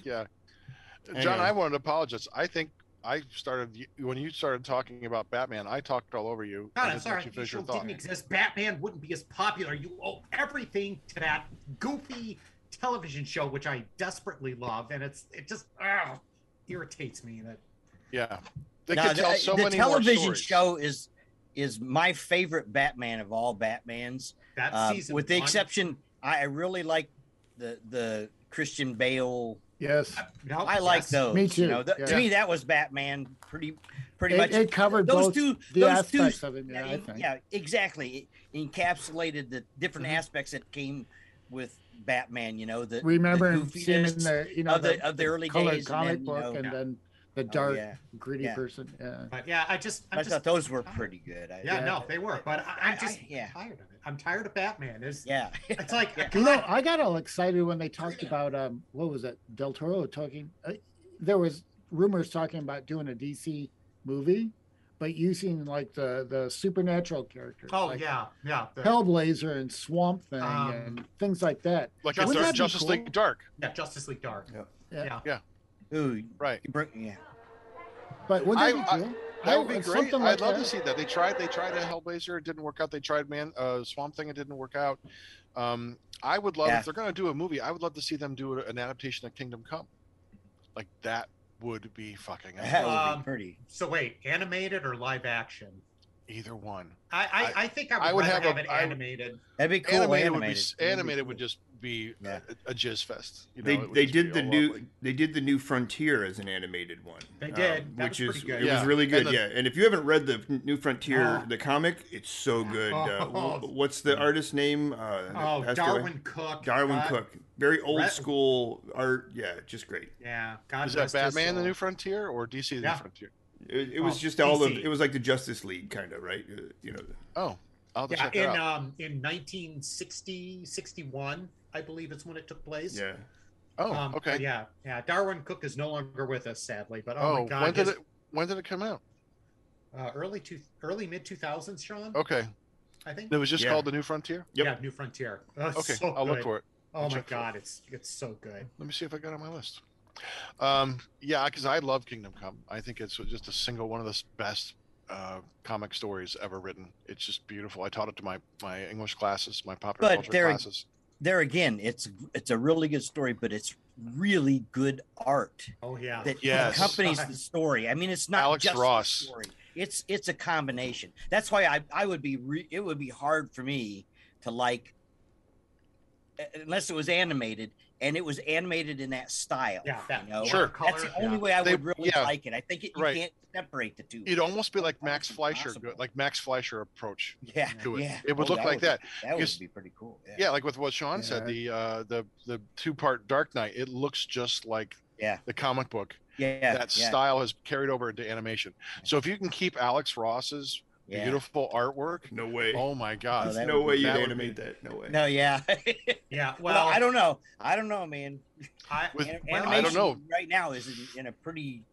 yeah,
Anyway.
John, I wanted to apologize. I think I started when you started talking about Batman. I talked all over you.
God,
I
I'm
didn't let
sorry.
you
If
finish
this
your
show
thought.
didn't exist, Batman wouldn't be as popular. You owe everything to that goofy television show, which I desperately love, and it's it just ah, irritates me that
Yeah, they
No,
could tell
the, uh,
so
the
many
television
more stories.
show is is my favorite Batman of all Batmans.
that
Uh,
season,
with the
one-
exception, I, I really like the the Christian Bale.
Yes.
No,
I like
Uh, yes.
those.
Me
You
too,
know, th- To
yeah.
me, that was Batman. Pretty pretty
It,
much.
it covered
those
both
two.
the
those two.
aspects of it. Yeah, I think.
yeah, exactly. It encapsulated the different
Mm-hmm.
aspects that came with Batman. You know, the
Remember
the
seeing in
goofiness
the you know
of the- of the early
colored
days and
comic
then, you
book
know,
and
yeah.
then the
Oh,
dark
yeah.
gritty
Yeah.
person. Yeah.
But yeah, I just,
I
I'm just
thought those were pretty good. I,
yeah,
yeah.
no, they were. But I, I'm just
I- yeah.
tired of it. I'm tired of Batman. It's,
yeah.
it's like
You know, I got all excited when they talked about um, what was it? Del Toro talking. Uh, there was rumors talking about doing a DC movie, but using like the the supernatural characters.
oh
like
yeah, yeah. the-
Hellblazer and Swamp Thing
Um,
and things like that.
like
Wouldn't
a
that
dark
be
Justice
cool?
League Dark,
yeah, Justice League Dark.
Yeah.
Yeah.
yeah.
Ooh,
right?
you bring, yeah.
But wouldn't that
I-
be
I-
cool?
That would be
Yeah,
great.
something
I'd
like
love
that.
to see that. They tried. They tried a Hellblazer. It didn't work out. They tried Man uh, Swamp Thing. It didn't work out. Um, I would love
Yeah.
if they're going to do a movie. I would love to see them do an adaptation of Kingdom Come. Like that would be
(laughs)
fucking
That
awesome.
would
Um,
be pretty.
So wait, animated or live action?
either one.
I I, I think I would,
I would
rather
have
have,
a-
it
I would-
animated.
That'd be cool.
animated,
Animated,
would be s-
That'd be
animated
cool.
would just be
Yeah.
a, a jizz fest. You know,
They,
it would
they
just be
did the
all
new
lovely.
they did the new frontier as an animated one. Um,
They did. That
which
was
is
pretty good.
it was
Yeah.
really good.
And the-
yeah, and if you haven't read the new frontier,
Oh.
the comic, it's so good. Uh, wh-
(laughs) Oh.
what's the artist's name? Uh, that
Oh,
passed away?
Darwin Cook.
Darwin
God-
Cook. Very old
Brett-
school art. Yeah, just great.
Yeah, God
Is that
rest his
Batman the
soul.
New Frontier or DC the
uh, Yeah.
New Frontier?
It, it was
Oh,
just all of
DC.
it was like the Justice League kind of right. Uh, you know.
Oh, I'll have to
Yeah,
check it
in
out.
um in 1960 61, I believe it's when it took place.
Yeah.
oh,
Um,
okay.
Yeah, yeah. Darwin Cook is no longer with us, sadly. But oh,
oh,
my God,
when did
his-
it? When did it come out?
uh, early two early mid 2000s, Sean?
Okay,
I think.
it was just
Yeah.
called the Oh, New Frontier.
Yep.
Yeah, New Frontier. (laughs) Uh,
Okay,
so
I'll look
good.
for it.
Oh
I'll
my
check for it.
God, it's it's so good.
Let me see if I got it on my list. Um, yeah, because I love Kingdom Come. I think it's just a single one of the s- best uh, comic stories ever written. It's just beautiful. I taught it to my my English classes, my popular
But
culture
there-
classes.
There again, it's it's a really good story, but it's really good art
Oh yeah.
that
Yes.
accompanies the story. I mean, it's not
Alex
just the
Ross.
story. it's it's a combination. That's why I I would be re, it would be hard for me to like uh, unless it was animated and it was animated in that style.
Yeah, that-
you know?
Sure.
That's the
Color,
only
yeah.
way I
They-
would really
yeah.
like it. I think it, you
Right.
can't separate the two.
It'd almost be like Max
That's
Fleischer,
impossible.
like Max Fleischer approach.
(laughs) yeah,
do it.
yeah.
It would look like
would-
that.
That would
Because-
be pretty cool. Yeah.
Yeah, like with what Sean said,
Yeah.
the uh, the the two part Dark Knight. It looks just like
Yeah.
the comic book.
yeah, yeah,
that style has carried over into animation. So if you can keep Alex Ross's
yeah.
beautiful artwork,
No way. (laughs)
oh my
Oh,
god,
that
no
would
way
be-
you'd
that would
animate that. No way.
No, yeah. (laughs)
Yeah,
well,
well,
I don't know. I don't know, man.
I,
with
An-
I don't
animation
know.
right now is in, in a pretty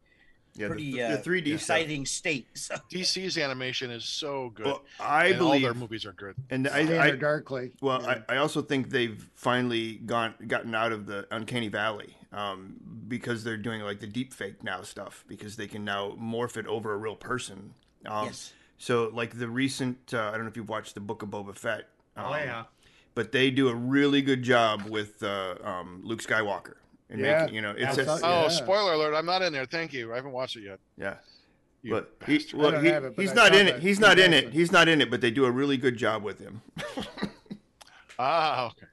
yeah,
pretty,
the,
uh,
the 3D stuff.
exciting state. So
DC's animation is so good.
Well, I
and all their
believe,
movies are good.
and I,
Scanner
I
Darkly.
Well,
Yeah.
I, I also think they've finally gone gotten out of the uncanny valley um, because they're doing like the deep fake now stuff because they can now morph it over a real person. Um,
(laughs) yes,
So like the recent, uh, I don't know if you've watched the Book of Boba Fett. Um,
oh yeah,
But they do a really good job with uh, um, Luke Skywalker and
Yeah.
making you know it's
I
a,
saw-
Oh,
Yeah.
spoiler alert! I'm not in there. Thank you. I haven't watched it yet.
yeah.
You
But he,
bastard.
well,
don't
he,
have it, but
he's
I
not
saw
in
that.
it. He's not in it.
Exactly.
He's not in it. But they do a really good job with him.
(laughs) ah, okay.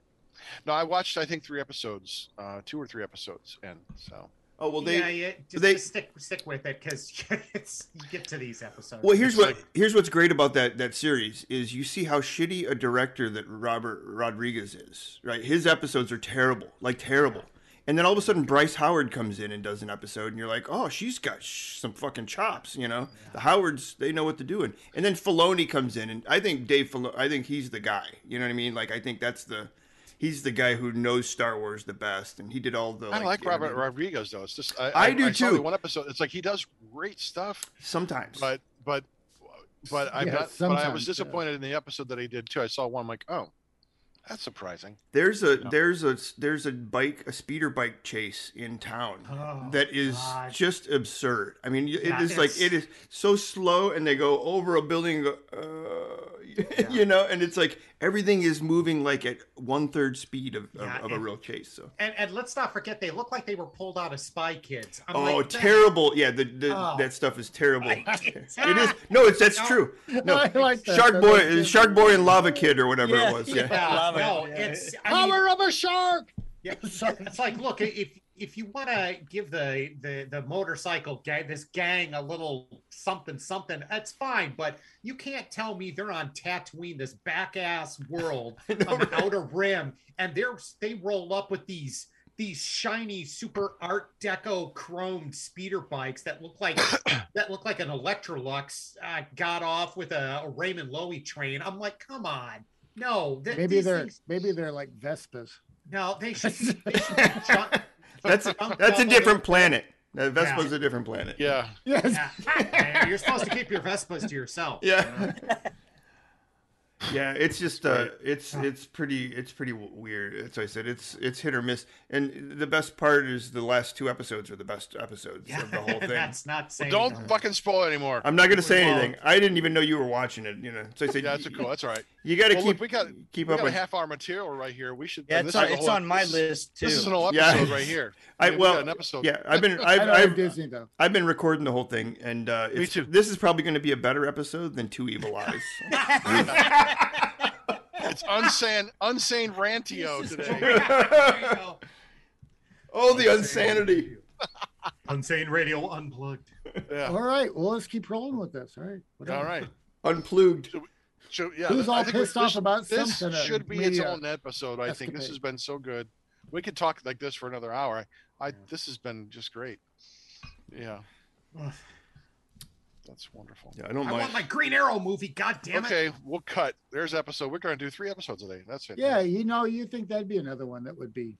No, I watched. I think three episodes, uh, two or three episodes, and so
Oh well, they
yeah, yeah, just,
they-
just stick stick with it because (laughs) it's you get to these episodes.
Well, here's
It's
what
like-
here's what's great about that that series is you see how shitty a director that Robert Rodriguez is. Right, his episodes are terrible, like terrible. And then all of a sudden, Bryce Howard comes in and does an episode, and you're like, "Oh, she's got sh- some fucking chops," you know. The Howards, they know what they're doing. And then Filoni comes in, and I think Dave, Filo- I think he's the guy. You know what I mean? Like, I think that's the, he's the guy who knows Star Wars the best, and he did all the.
I like
the-
Robert Rodriguez though. It's just I,
I do
saw the
too.
One episode, it's like he does great stuff,
Sometimes,
but but but I'm
Yeah,
not. But I was
sometimes, yeah.
disappointed in the episode that he did too. I saw one I'm like, oh, that's surprising.
There's a
No.
there's a there's a bike a speeder bike chase in town
Oh,
that is
God.
just absurd. I mean, it
Yeah,
is like
it's-
it is so slow, and they go over a building, and go, uh, (laughs) you know, and it's like everything is moving like at one third speed of,
Yeah,
of, of a
and-
real chase. So
and and let's not forget they look like they were pulled out of Spy Kids. I'm
oh,
like, that-
terrible! Yeah, the, the
Oh.
that stuff is terrible. (laughs)
I
it is no, it's that's
No.
true. No,
I like that.
Shark
That
Boy,
makes
Shark Boy, and Lava Kid, or whatever
Yeah,
it was.
yeah.
Yeah,
(laughs) (laughs) Yeah,
Love it.
no,
Yeah.
it's
sense.
I mean,
Power of a shark.
(laughs) Yeah, it's like look if if you want to give the the the motorcycle gang this gang a little something something, that's fine. But you can't tell me they're on Tatooine, this back ass
(laughs)
world on the outer rim, and they're they roll up with these these shiny super art deco chromed speeder bikes that
(coughs)
look like that look like an electrolux uh, got off with a, a raymond lowy train i'm like come on no th-
Maybe
these
they're
things-
maybe they're like Vespas.
no, they should.
(laughs)
They should be junk-
that's
junk
that's a
double-
different planet. That Vespa's a different planet.
Yeah,
Yes.
Yeah. Man, You're supposed to keep your Vespas to yourself.
Yeah. (laughs) yeah, it's just uh it's it's pretty it's pretty w- weird. That's what I said. It's it's hit or miss. And the best part is the last two episodes are the best episodes
Yeah,
of the
(laughs)
(laughs)
whole thing.
That's not saying.
don't fucking spoil it anymore.
I'm not going to say
Well-
anything. I didn't even know you were watching it, you know. So I said
Yeah, that's
you,
a cool. That's all right.
got to
Well,
keep
look, we got-
keep
We
up
got a
with
half hour material right here. We should.
yeah,
and
it's
this
on,
is a
it's
whole-
on my
this-
list too.
This is an
(laughs)
whole
Yeah.
episode right here.
I
mean, we
well
got an episode.
yeah, I've
(laughs)
been
I
I've
don't have
I've,
Disney though.
I've been recording the whole thing and uh it's,
too.
this is probably going to be a better episode than Two
(laughs)
Evil Eyes.
It's (laughs) unsane, unsane rantio today.
oh, the insanity.
(laughs) Unsane Radio Unplugged.
Yeah.
uh,
All right. Well, let's keep rolling with this. All right. whatever.
All right.
Unplugged.
So, yeah,
Who's
I
all
think we-
pissed off
this-
about
This
something? uh, and
should be its
media?
own episode. I think this
escapade.
has been so good. We could talk like this for another hour. I, I this has been just great.
(sighs)
Yeah, that's wonderful.
Yeah, I don't
I
mind.
want my Green Arrow movie. God damn it.
okay, we'll cut. There's episode. We're going to do three episodes today. That's it.
Yeah, you know, you think that'd be another one that would be.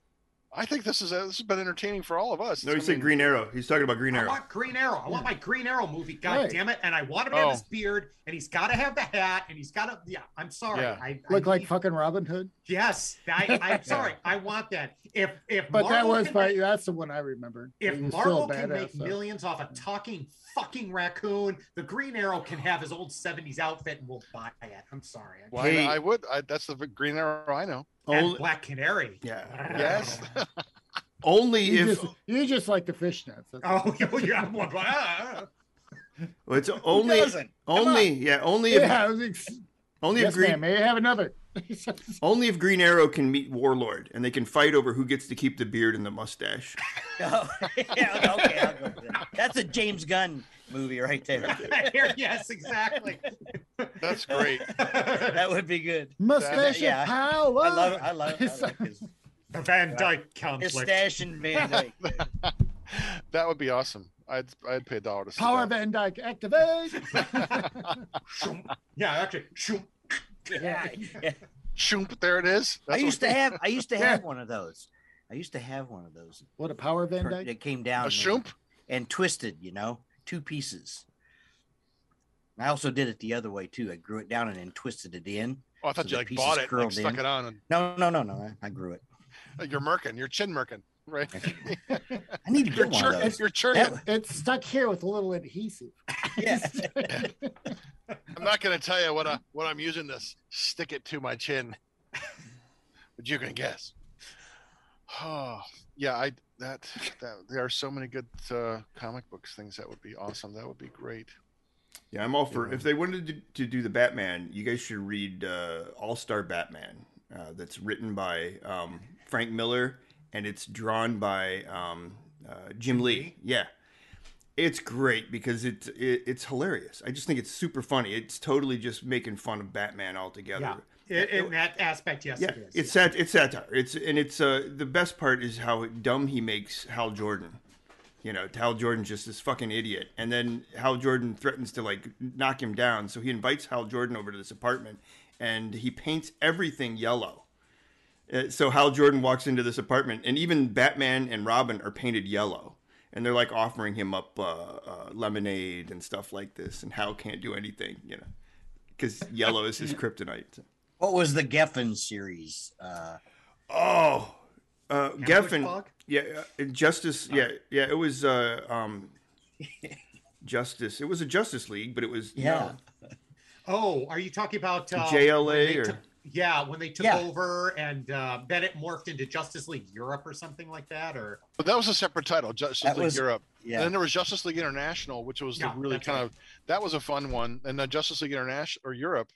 I think this is this has been entertaining for all of us.
No, he
I
said
mean,
Green Arrow. He's talking about Green
I
Arrow.
want Green Arrow. I want my Green Arrow movie. God
Hmm. Right.
damn it! And I want him to have
Oh.
his beard, and he's got to have the hat, and he's got to. Yeah, I'm sorry.
Yeah.
I, I
Look like
need-
fucking Robin Hood.
Yes,
(laughs)
I, I'm sorry. I want that. If if
But that
Marvel
was
can
my,
make-
that's the one I remember.
if
He was
Marvel
still a
can make
badass, though.
millions off a talking fucking raccoon, the Green Arrow can have his old '70s outfit, and we'll buy it. I'm sorry.
Why
Hey.
I would. I, that's the Green Arrow I know.
And
Only,
Black Canary. (laughs)
yeah.
(laughs)
Yes. (laughs)
Only
You
if
(laughs)
just, you just like the fishnets. That's
Oh, yeah. I'm like, ah.
Well, it's
Who
only
doesn't? (laughs) Come on.
only yeah only if,
Yeah, I was ex-
only if
yes,
Green
ma'am. May I have another? (laughs)
only if Green Arrow can meet Warlord and they can fight over who gets to keep the beard and the mustache.
Oh, (laughs) yeah, okay, I'll go with that. That's a James Gunn movie right there. (laughs)
Here, yes, exactly. (laughs)
That's great.
That would be good.
Mustache
Yeah.
of power.
I love, I love, I like his,
Van Dyke conflict.
his stash and Van Dyke.
that would be awesome. I'd I'd pay a dollar to see
Power
that.
Van Dyke activate.
Shoom. Yeah, actually, shoom.
(laughs) Yeah, yeah.
Shoomp, there it is.
I
That's
used to
what-
have, I used to
Yeah.
have one of those. I used to have one of those
what a Power Van Dyke.
that came down
a
and-
shoomp.
and twisted, you know, two pieces. And I also did it the other way too. I grew it down and then twisted it in.
Oh, I thought
So
you
the
like
pieces
bought it, like
curled
stuck
in.
it on, and
No, no, no, no. I- I grew it.
like, you're merkin, you're chin merkin, right? (laughs)
I need to
you're
get one of
churkin,
those.
you're
That-
churkin.
It's stuck here with a little adhesive.
yeah.
I'm not gonna tell you what I what I'm using to s- stick it to my
(laughs)
chin, but you can guess. (sighs) Oh, yeah, I that that there are so many good uh, comic books things that would be awesome. That would be great.
Yeah, I'm all for
Yeah.
if they wanted to, to do the Batman, you guys should read uh, All Star Batman. Uh, that's written by um, Frank Miller and it's drawn by um, uh, Jim Lee. Yeah, it's great because it's it, it's hilarious. I just think it's super funny. It's totally just making fun of Batman altogether.
Yeah. In, in that aspect, yes,
Yeah,
it is.
it's sat it's satire. It's and it's uh the best part is how dumb he makes Hal Jordan. You know, Hal Jordan's just this fucking idiot, and then Hal Jordan threatens to like knock him down. So he invites Hal Jordan over to this apartment, and he paints everything yellow. Uh, so Hal Jordan walks into this apartment, and even Batman and Robin are painted yellow, and they're like offering him up uh, uh, lemonade and stuff like this, and Hal can't do anything, you know, because yellow is
(laughs)
his kryptonite.
What was the Geffen series? Uh,
Oh, uh, Geffen.
Bog?
Yeah, uh, Justice. Yeah, yeah. It was uh, um, Justice. It was a Justice League, but it was
Yeah.
Oh, are you talking about uh,
JLA
when they
or-
took- yeah, when they took
Yeah.
over and uh, Bennett morphed into Justice League Europe or something like that, or
But that was a separate title, Justice
That
League
was-
Europe. And
yeah.
then there was Justice League International, which was
Yeah,
the really
that's
kind
right.
of that was a fun one. And then Justice League International or Europe,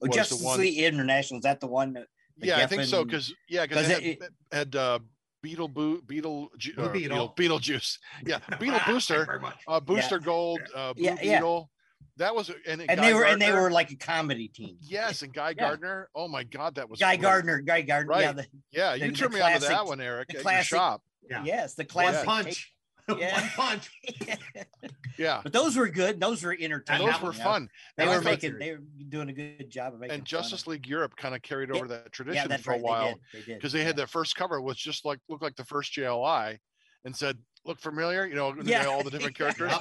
Oh,
was the
Justice
one-
League International. Is that the one? That, the
yeah, I think so
Geffen-
because yeah,
'Cause
because it,
it-
had, it had uh, Beetle Boo Beetle, Ju-
Blue
or
Beetle.
Beetle Beetle Juice,
(laughs)
yeah, Beetle
Ah, thank you
Booster,
very much.
uh, Booster Gold, uh, Blue
Yeah, yeah.
Beetle. That was and,
and
Guy
they were and they
Gardner.
were like a comedy team.
yes, and Guy Gardner. Oh my God, that was
Guy
great.
Gardner, Guy Gardner. Yeah,
Right.
the,
Yeah,
the-
you
the
turned me on to that
classic-
one, Eric.
the
At your
classic-
shop,
Yeah.
yes, the
one
classic
punch,
Oh,
(laughs)
Yeah.
one punch.
yeah,
But those were good. Those were entertaining.
those were
you know?
fun.
They
And I
were
thought-
making. They were doing a good job of making.
and Justice
fun
League Europe kind of carried
Yeah,
over that
of-
tradition
that's
for a
right, they
while.
did, They did.
because they had
yeah.
their first cover was just like looked like the first JLI, and said look familiar, you know, and they
Yeah.
had all
(laughs)
the different characters,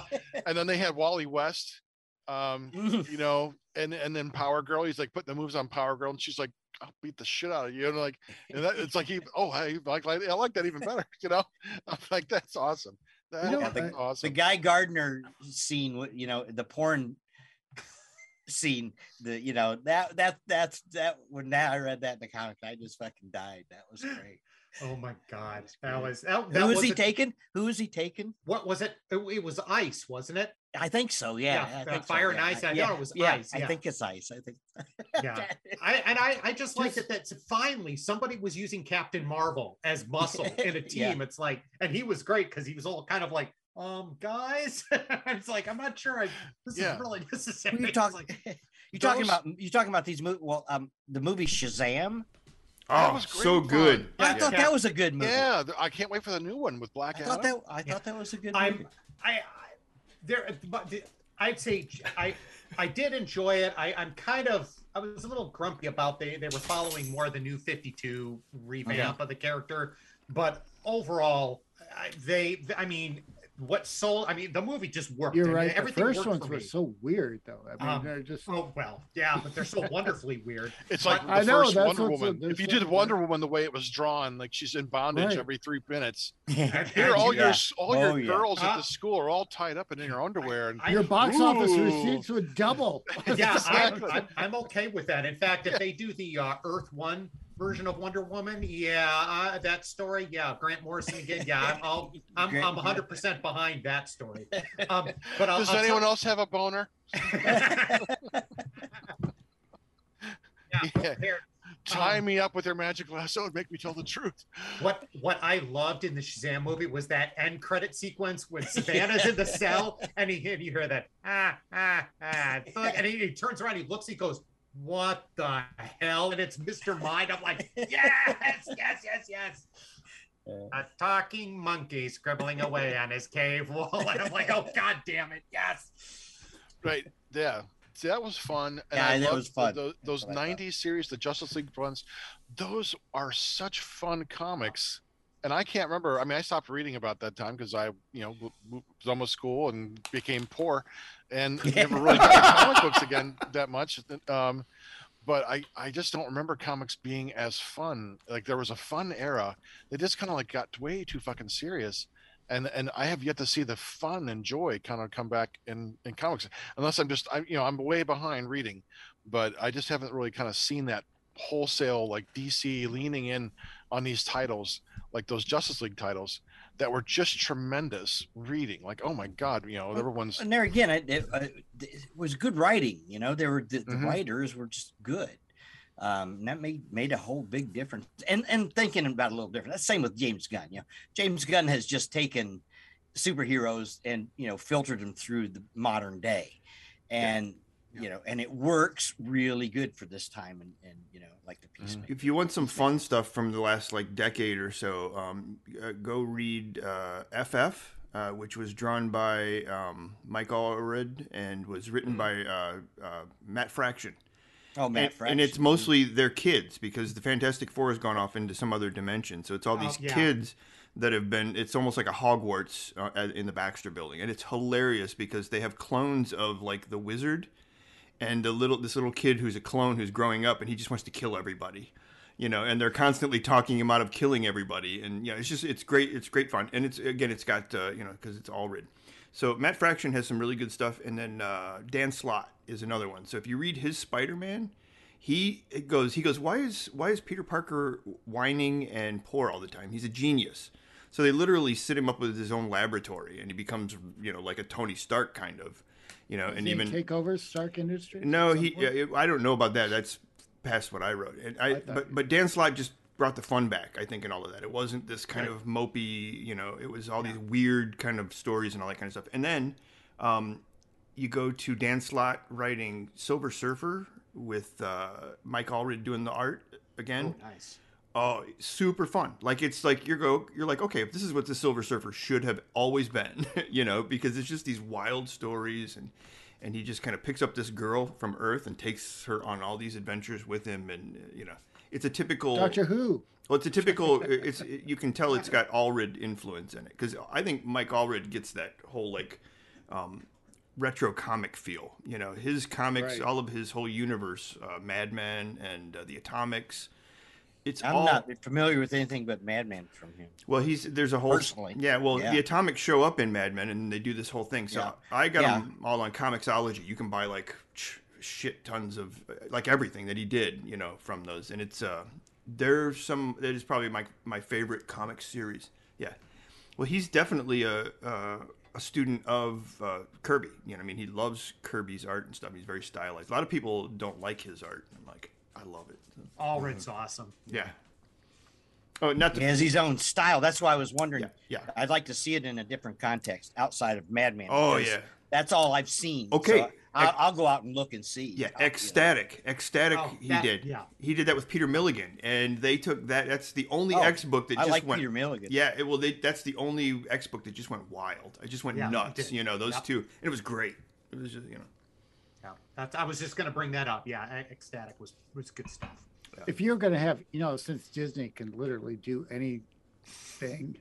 and then they had Wally West, um,
(laughs) Mhm.
you know, and and then Power Girl. He's like putting the moves on Power Girl, and she's like, "I'll beat the shit out of you," and like, and that,
(laughs)
it's like, he, oh, I like, like I like that even better, (laughs) you know. I'm like, that's awesome. That's
know,
fucking
uh,
the
awesome.
Guy Gardner scene. wa- You know, the porn scene. The you know that that that's that. When now I read that in the comic, I just fucking died. That was great.
Oh my god,
That's
that
great.
was that, that
Who was
was
he
a-
taking? Who was he taking?
What was it? it? it was ice, wasn't it?
I think so. Yeah,
Yeah,
I
the
think so,
fire and
yeah,
ice, I
yeah,
thought it was
yeah,
ice,
I
yeah.
think it's ice. I think.
(laughs) Yeah.
(laughs)
I and I, I just like that that's finally somebody was using Captain Marvel as muscle in a
Yeah.
team. It's like, and he was great because he was all kind of like, um, guys, (laughs) it's like, I'm not sure I this
Yeah.
is really (laughs) necessary.
What are you
It's
talking?
like,
(laughs) you talking
those-
about? You talking about these movies? Well, um, the movie Shazam.
That
Oh,
was great
so
fun.
good.
I thought
Yeah.
that was a good movie.
Yeah, th- I can't wait for the new one with Black
I
Adam.
thought that I
Yeah.
thought that was a good
I'm-
movie.
I, I there, but the- I'd say I, I did enjoy it. I, I'm kind of, I was a little grumpy about they they were following more the new 52 revamp of the character, but overall, I, they, I mean, what sold? I mean, the movie just
(laughs)
worked.
You're
I mean,
right. The
Everything
first
worked
ones
for
were
me.
so weird, though. I mean,
Um,
they're just
Oh well, yeah, but they're so wonderfully
(laughs)
weird.
It's like
I
the
know,
first
that's
Wonder
what's-
Woman.
there's
If you did
something-
Wonder Woman the way it was drawn, like she's in bondage
Right.
every three minutes.
(laughs)
And-
Here, all
Yeah.
your s- all your
Oh, yeah.
girls at
Uh,
the school are all tied up and in your underwear, and
I-
your box office
Ooh.
receipts would double. (laughs)
(laughs) yeah, I'm,
Exactly.
I'm, I'm okay with that. In fact, if they do the uh, Earth One version of Wonder Woman. Yeah, uh, that story. Yeah, Grant Morrison again. Yeah, I'm I'm, I'm, I'm 100% behind that story. Um, but I'll,
Does
I'll
anyone else have
(laughs)
a boner?
Yeah,
Yeah.
there- Um,
Tie me up with their magic lasso and make me tell the truth.
What what I loved in the Shazam movie was that end credit sequence when Savannah's in the cell and he and you hear that ah ah ah thud, and he, he turns around, he looks, he goes, "What the hell?" And it's Mister Mind. I'm like, yes, yes, yes, yes. A talking monkey scribbling away on his cave wall, and I'm like, "Oh god damn it, yes."
Right. Yeah. See, that was fun. And
Yeah,
I
that
loved
was fun.
the- the- those
what I thought.
90s series, the Justice League ones, those are such fun comics. And I can't remember. I mean, I stopped reading about that time because I, you know, w- w- was done with school and became poor and never really got into comic books again that much. Um, but I, I just don't remember comics being as fun. Like there was a fun era. They just kind of like got way too fucking serious. And and I have yet to see the fun and joy kind of come back in in comics. Unless I'm just I you know I'm way behind reading, but I just haven't really kind of seen that wholesale like DC leaning in on these titles like those Justice League titles that were just tremendous reading. Like oh my god, you know everyone's
and there again, it, it, uh, it was good writing. You know, there were the, the
Mhm.
writers were just good. Um, and that made made a whole big difference. And and thinking about it a little different. That's the same with James Gunn. You know, James Gunn has just taken superheroes and you know filtered them through the modern day, and you know, and it works really good for this time. And and you know, like the peacemaker.
If you want some fun stuff from the last like decade or so, um, uh, go read uh, FF, uh, which was drawn by um, Mike Allred and was written
Hmm.
by uh, uh, Matt Fraction.
Oh man,
and, and it's mostly their kids because the Fantastic Four has gone off into some other dimension. So it's all these
Oh, yeah.
kids that have been. It's almost like a Hogwarts uh, at- in the Baxter Building, and it's hilarious because they have clones of like the Wizard and the little this little kid who's a clone who's growing up, and he just wants to kill everybody. You know, and they're constantly talking him out of killing everybody, and yeah, it's just it's great, it's great fun, and it's again, it's got uh, you know because it's all written. So Matt Fraction has some really good stuff, and then uh, Dan Slott is another one. So if you read his Spider Man, he it goes he goes why is why is peter parker whining and poor all the time he's a genius so they literally sit him up with his own laboratory and he becomes you know like a tony stark kind of you know and
They
even
take over Stark Industries. at
no
some
he
point?
yeah, it- i don't know about that that's past what i wrote and i,
I thought-
but but dan slott just brought the fun back i think in all of that it wasn't this kind of mopey you know it was all these weird kind of stories and all that kind of stuff and then um, you go to Dan Slott writing Silver Surfer with uh, Mike Allred doing the art again.
Nice.
Oh, super fun! Like it's like you're go you're like okay, if this is what the Silver Surfer should have always been, (laughs) you know, because it's just these wild stories and and he just kind of picks up this girl from Earth and takes her on all these adventures with him, and uh, you know, it's a typical
Doctor Who.
well, it's a typical. It's you can tell it's got Allred influence in it because I think Mike Allred gets that whole like um, retro comic feel. You know, his comics,
Right.
all of his whole universe, uh, Mad Men and uh, the Atomics. It's
I'm
all
not familiar with anything but Madman from him.
well. He's there's a whole
Personally,
Yeah, well,
yeah.
the Atomics show up in Mad Men and they do this whole thing. So
Yeah.
I got
Yeah.
them all on Comixology. You can buy like ch- shit tons of like everything that he did, you know, from those. And it's uh, there's some that is probably my my favorite comic series. Yeah, well, he's definitely a a, a student of uh, Kirby. You know, what I mean, he loves Kirby's art and stuff. He's very stylized. A lot of people don't like his art. I'm like, I love it. So,
Allred's awesome.
yeah. Oh, not
He
to
has his own style. That's why I was wondering.
Yeah, yeah.
I'd like to see it in a different context outside of Madman.
Oh,
because
yeah.
That's all I've seen.
Okay.
So I'll, I'll go out and look and see.
Yeah,
I'll- you know.
ecstatic, ecstatic.
Oh,
he
that-
did.
yeah.
he did that with Peter Milligan, and they took that. That's the only
Oh,
X book that
I
just
like
went.
Peter Milligan.
Yeah, it, well, they, that's the only X book that just went wild. I just went
Yeah, it
nuts.
did.
You know, those
Yep.
two, and it was great. It was just, you know,
Yeah, that's, I was just going to bring that up. Yeah, ec- ecstatic was was good stuff.
If you're going to have, you know, since Disney can literally do anything,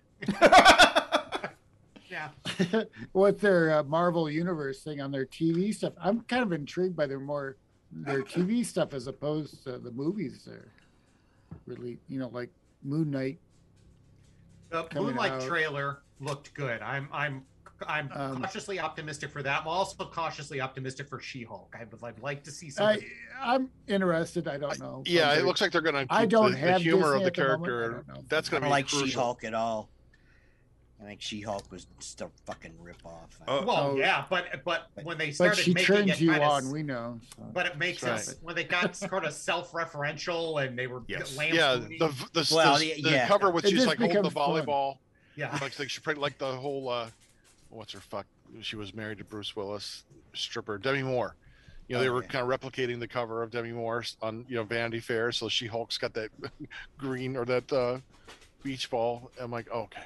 Yeah.
with their uh, Marvel Universe thing on their TV stuff, I'm kind of intrigued by their more their TV stuff as opposed to the movies. They're really, you know, like Moon Knight.
The
Coming
Moonlight
out.
trailer looked good. I'm I'm I'm
Um,
cautiously optimistic for that. I'm also cautiously optimistic for She-Hulk. I would I'd like to see
I,
something.
I'm interested. I don't know.
Yeah, it looks like they're going to.
I don't
the,
have
the humor
Disney
of the
at the moment. I
character.
don't know.
That's
I
going to be
don't like
crucial.
She Hulk at all. I think She Hulk was just a fucking ripoff. I-
Oh,
well,
oh.
yeah, but but when they
But
started
she
making
turns
it
you
kind of-
on. We know. so.
but it makes
That's
us when they
(laughs)
got sort of self-referential and they were
Yes.
lamb
Yeah,
spooning.
the the, the,
Well,
the
yeah.
cover with
It
she's
just
like holding the
becomes fun.
volleyball. (laughs)
yeah.
Like
(laughs)
they should pretty like the whole uh, what's her fuck? She was married to Bruce Willis, stripper Demi Moore. You know,
Oh,
they were
yeah.
kind of replicating the cover of Demi Moore on you know Vanity Fair. So She Hulk's got that (laughs) green or that uh, beach ball. I'm like, okay.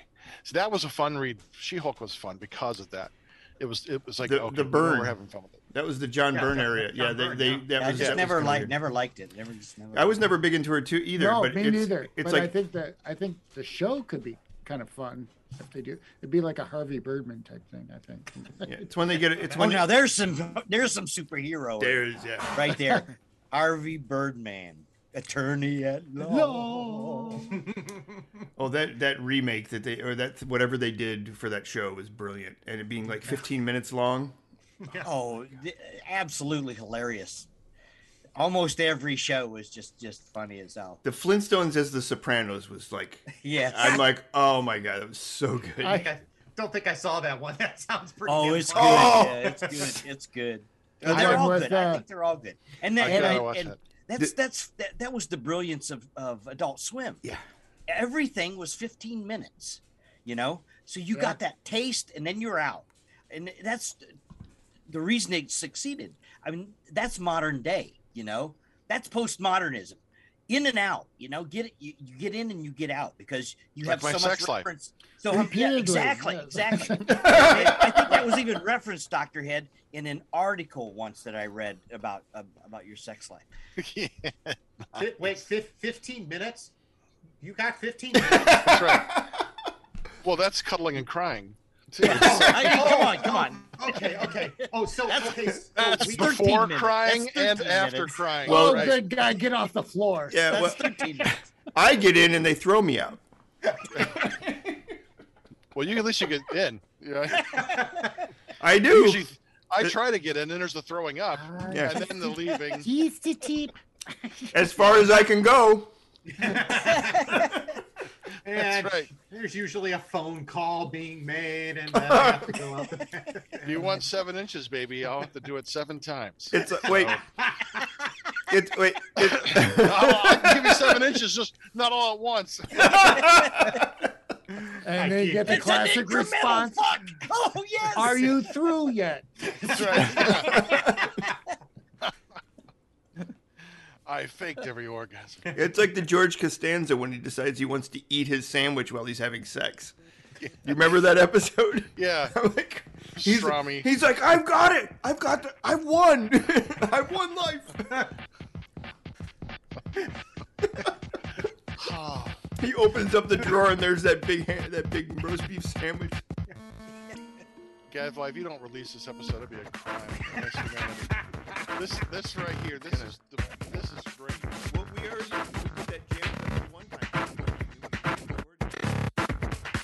So that was a fun read. She Hulk was fun because of that. It was it was like
The-
okay,
the
we know
burn.
We're having fun with it.
that was the John
Yeah,
Byrne
John-
area.
John
yeah, they,
Byrne,
they
yeah.
that
I
was
just
that was
never
kinda
liked,
weird.
never liked it. Never, just never.
I was
liked
never big into her too either.
no,
but
me
it's,
neither.
It's
but I
like
think that I think the show could be kind of fun if they do. It'd be like a Harvey Birdman type thing. I think.
yeah, it's when they get it. It's
it.
when
oh, now there's some (laughs) there's some superhero
there's yeah. (laughs)
right there. Harvey Birdman, attorney at law.
No.
Oh, that that remake that they or that whatever they did for that show was brilliant, and it being like 15 minutes long.
Oh, th- absolutely hilarious. Almost every show was just just funny as hell.
The Flintstones as the Sopranos was like,
Yeah. (laughs)
I'm like, oh my god, that was so good.
I think I- don't think I saw that one. (laughs) That sounds pretty.
Oh,
damn
it's good.
funny.
Oh!
Yeah, it's good. It's good.
(laughs) And
they're
then
all
with,
good. I
uh,
think they're all good. And, that,
I
and,
gotta
I-
watch
and
that.
that's that's that, that was the brilliance of, of Adult Swim.
Yeah.
Everything was 15 minutes, you know? So you got that taste and then you're out. And that's the reason it succeeded. I mean, that's modern day, you know? That's postmodernism. In and out, you know, get it. You, you get in and you get out because you
Like
have
my
so much
sex life.
reference. So yeah,
Repeatedly,
exactly,
yes.
exactly. And I think that was even referenced, Doctor Head, in an article once that I read about uh, about your sex life.
Yeah, Oh!
Fi- Wait, fif- fifteen minutes? You got fifteen minutes?
(laughs) that's right. well, that's cuddling and crying. too.
I mean, come on, come on.
okay, okay. Oh, so okay. So
(laughs) That's
we,
the- 13
before
minutes.
crying
That's
and
13
after
minutes.
crying.
Well,
oh, good guy, get off the floor.
yeah, well,
That's 13 minutes.
I get in and they throw me out.
Well, you at least you get in. Yeah.
I do. (laughs)
Usually, I try to get in, and there's the throwing up,
Ah, Yeah.
and then
(laughs)
the leaving.
He's the cheap.
as far as I can go.
and
That's right.
There's usually a phone call being made, and then I have to go out
(laughs)
the-
If you want seven inches, baby, I'll have to do it seven times.
It's wait. It's wait. It, (laughs)
(laughs) I'll, I'll give you seven inches, just not all at once. (laughs)
And then you get the
It's an
classic
incremental
response.
fuck. Oh yes.
Are you through yet?
That's right.
(laughs)
(laughs) I faked every orgasm.
it's like the George Costanza when he decides he wants to eat his sandwich while he's having sex. You remember that episode? (laughs)
Yeah,
I'm like, he's,
Pastrami.
he's like, I've got it. I've got the. I've won. (laughs) I've won life. (laughs)
Ah,
he opens up the drawer and there's that big hand, that big roast beef sandwich.
Gadfly, if you don't release this episode, it'll be a crime against humanity. This, this right here, this is the, this is great.
Well, we already we did that jam one time.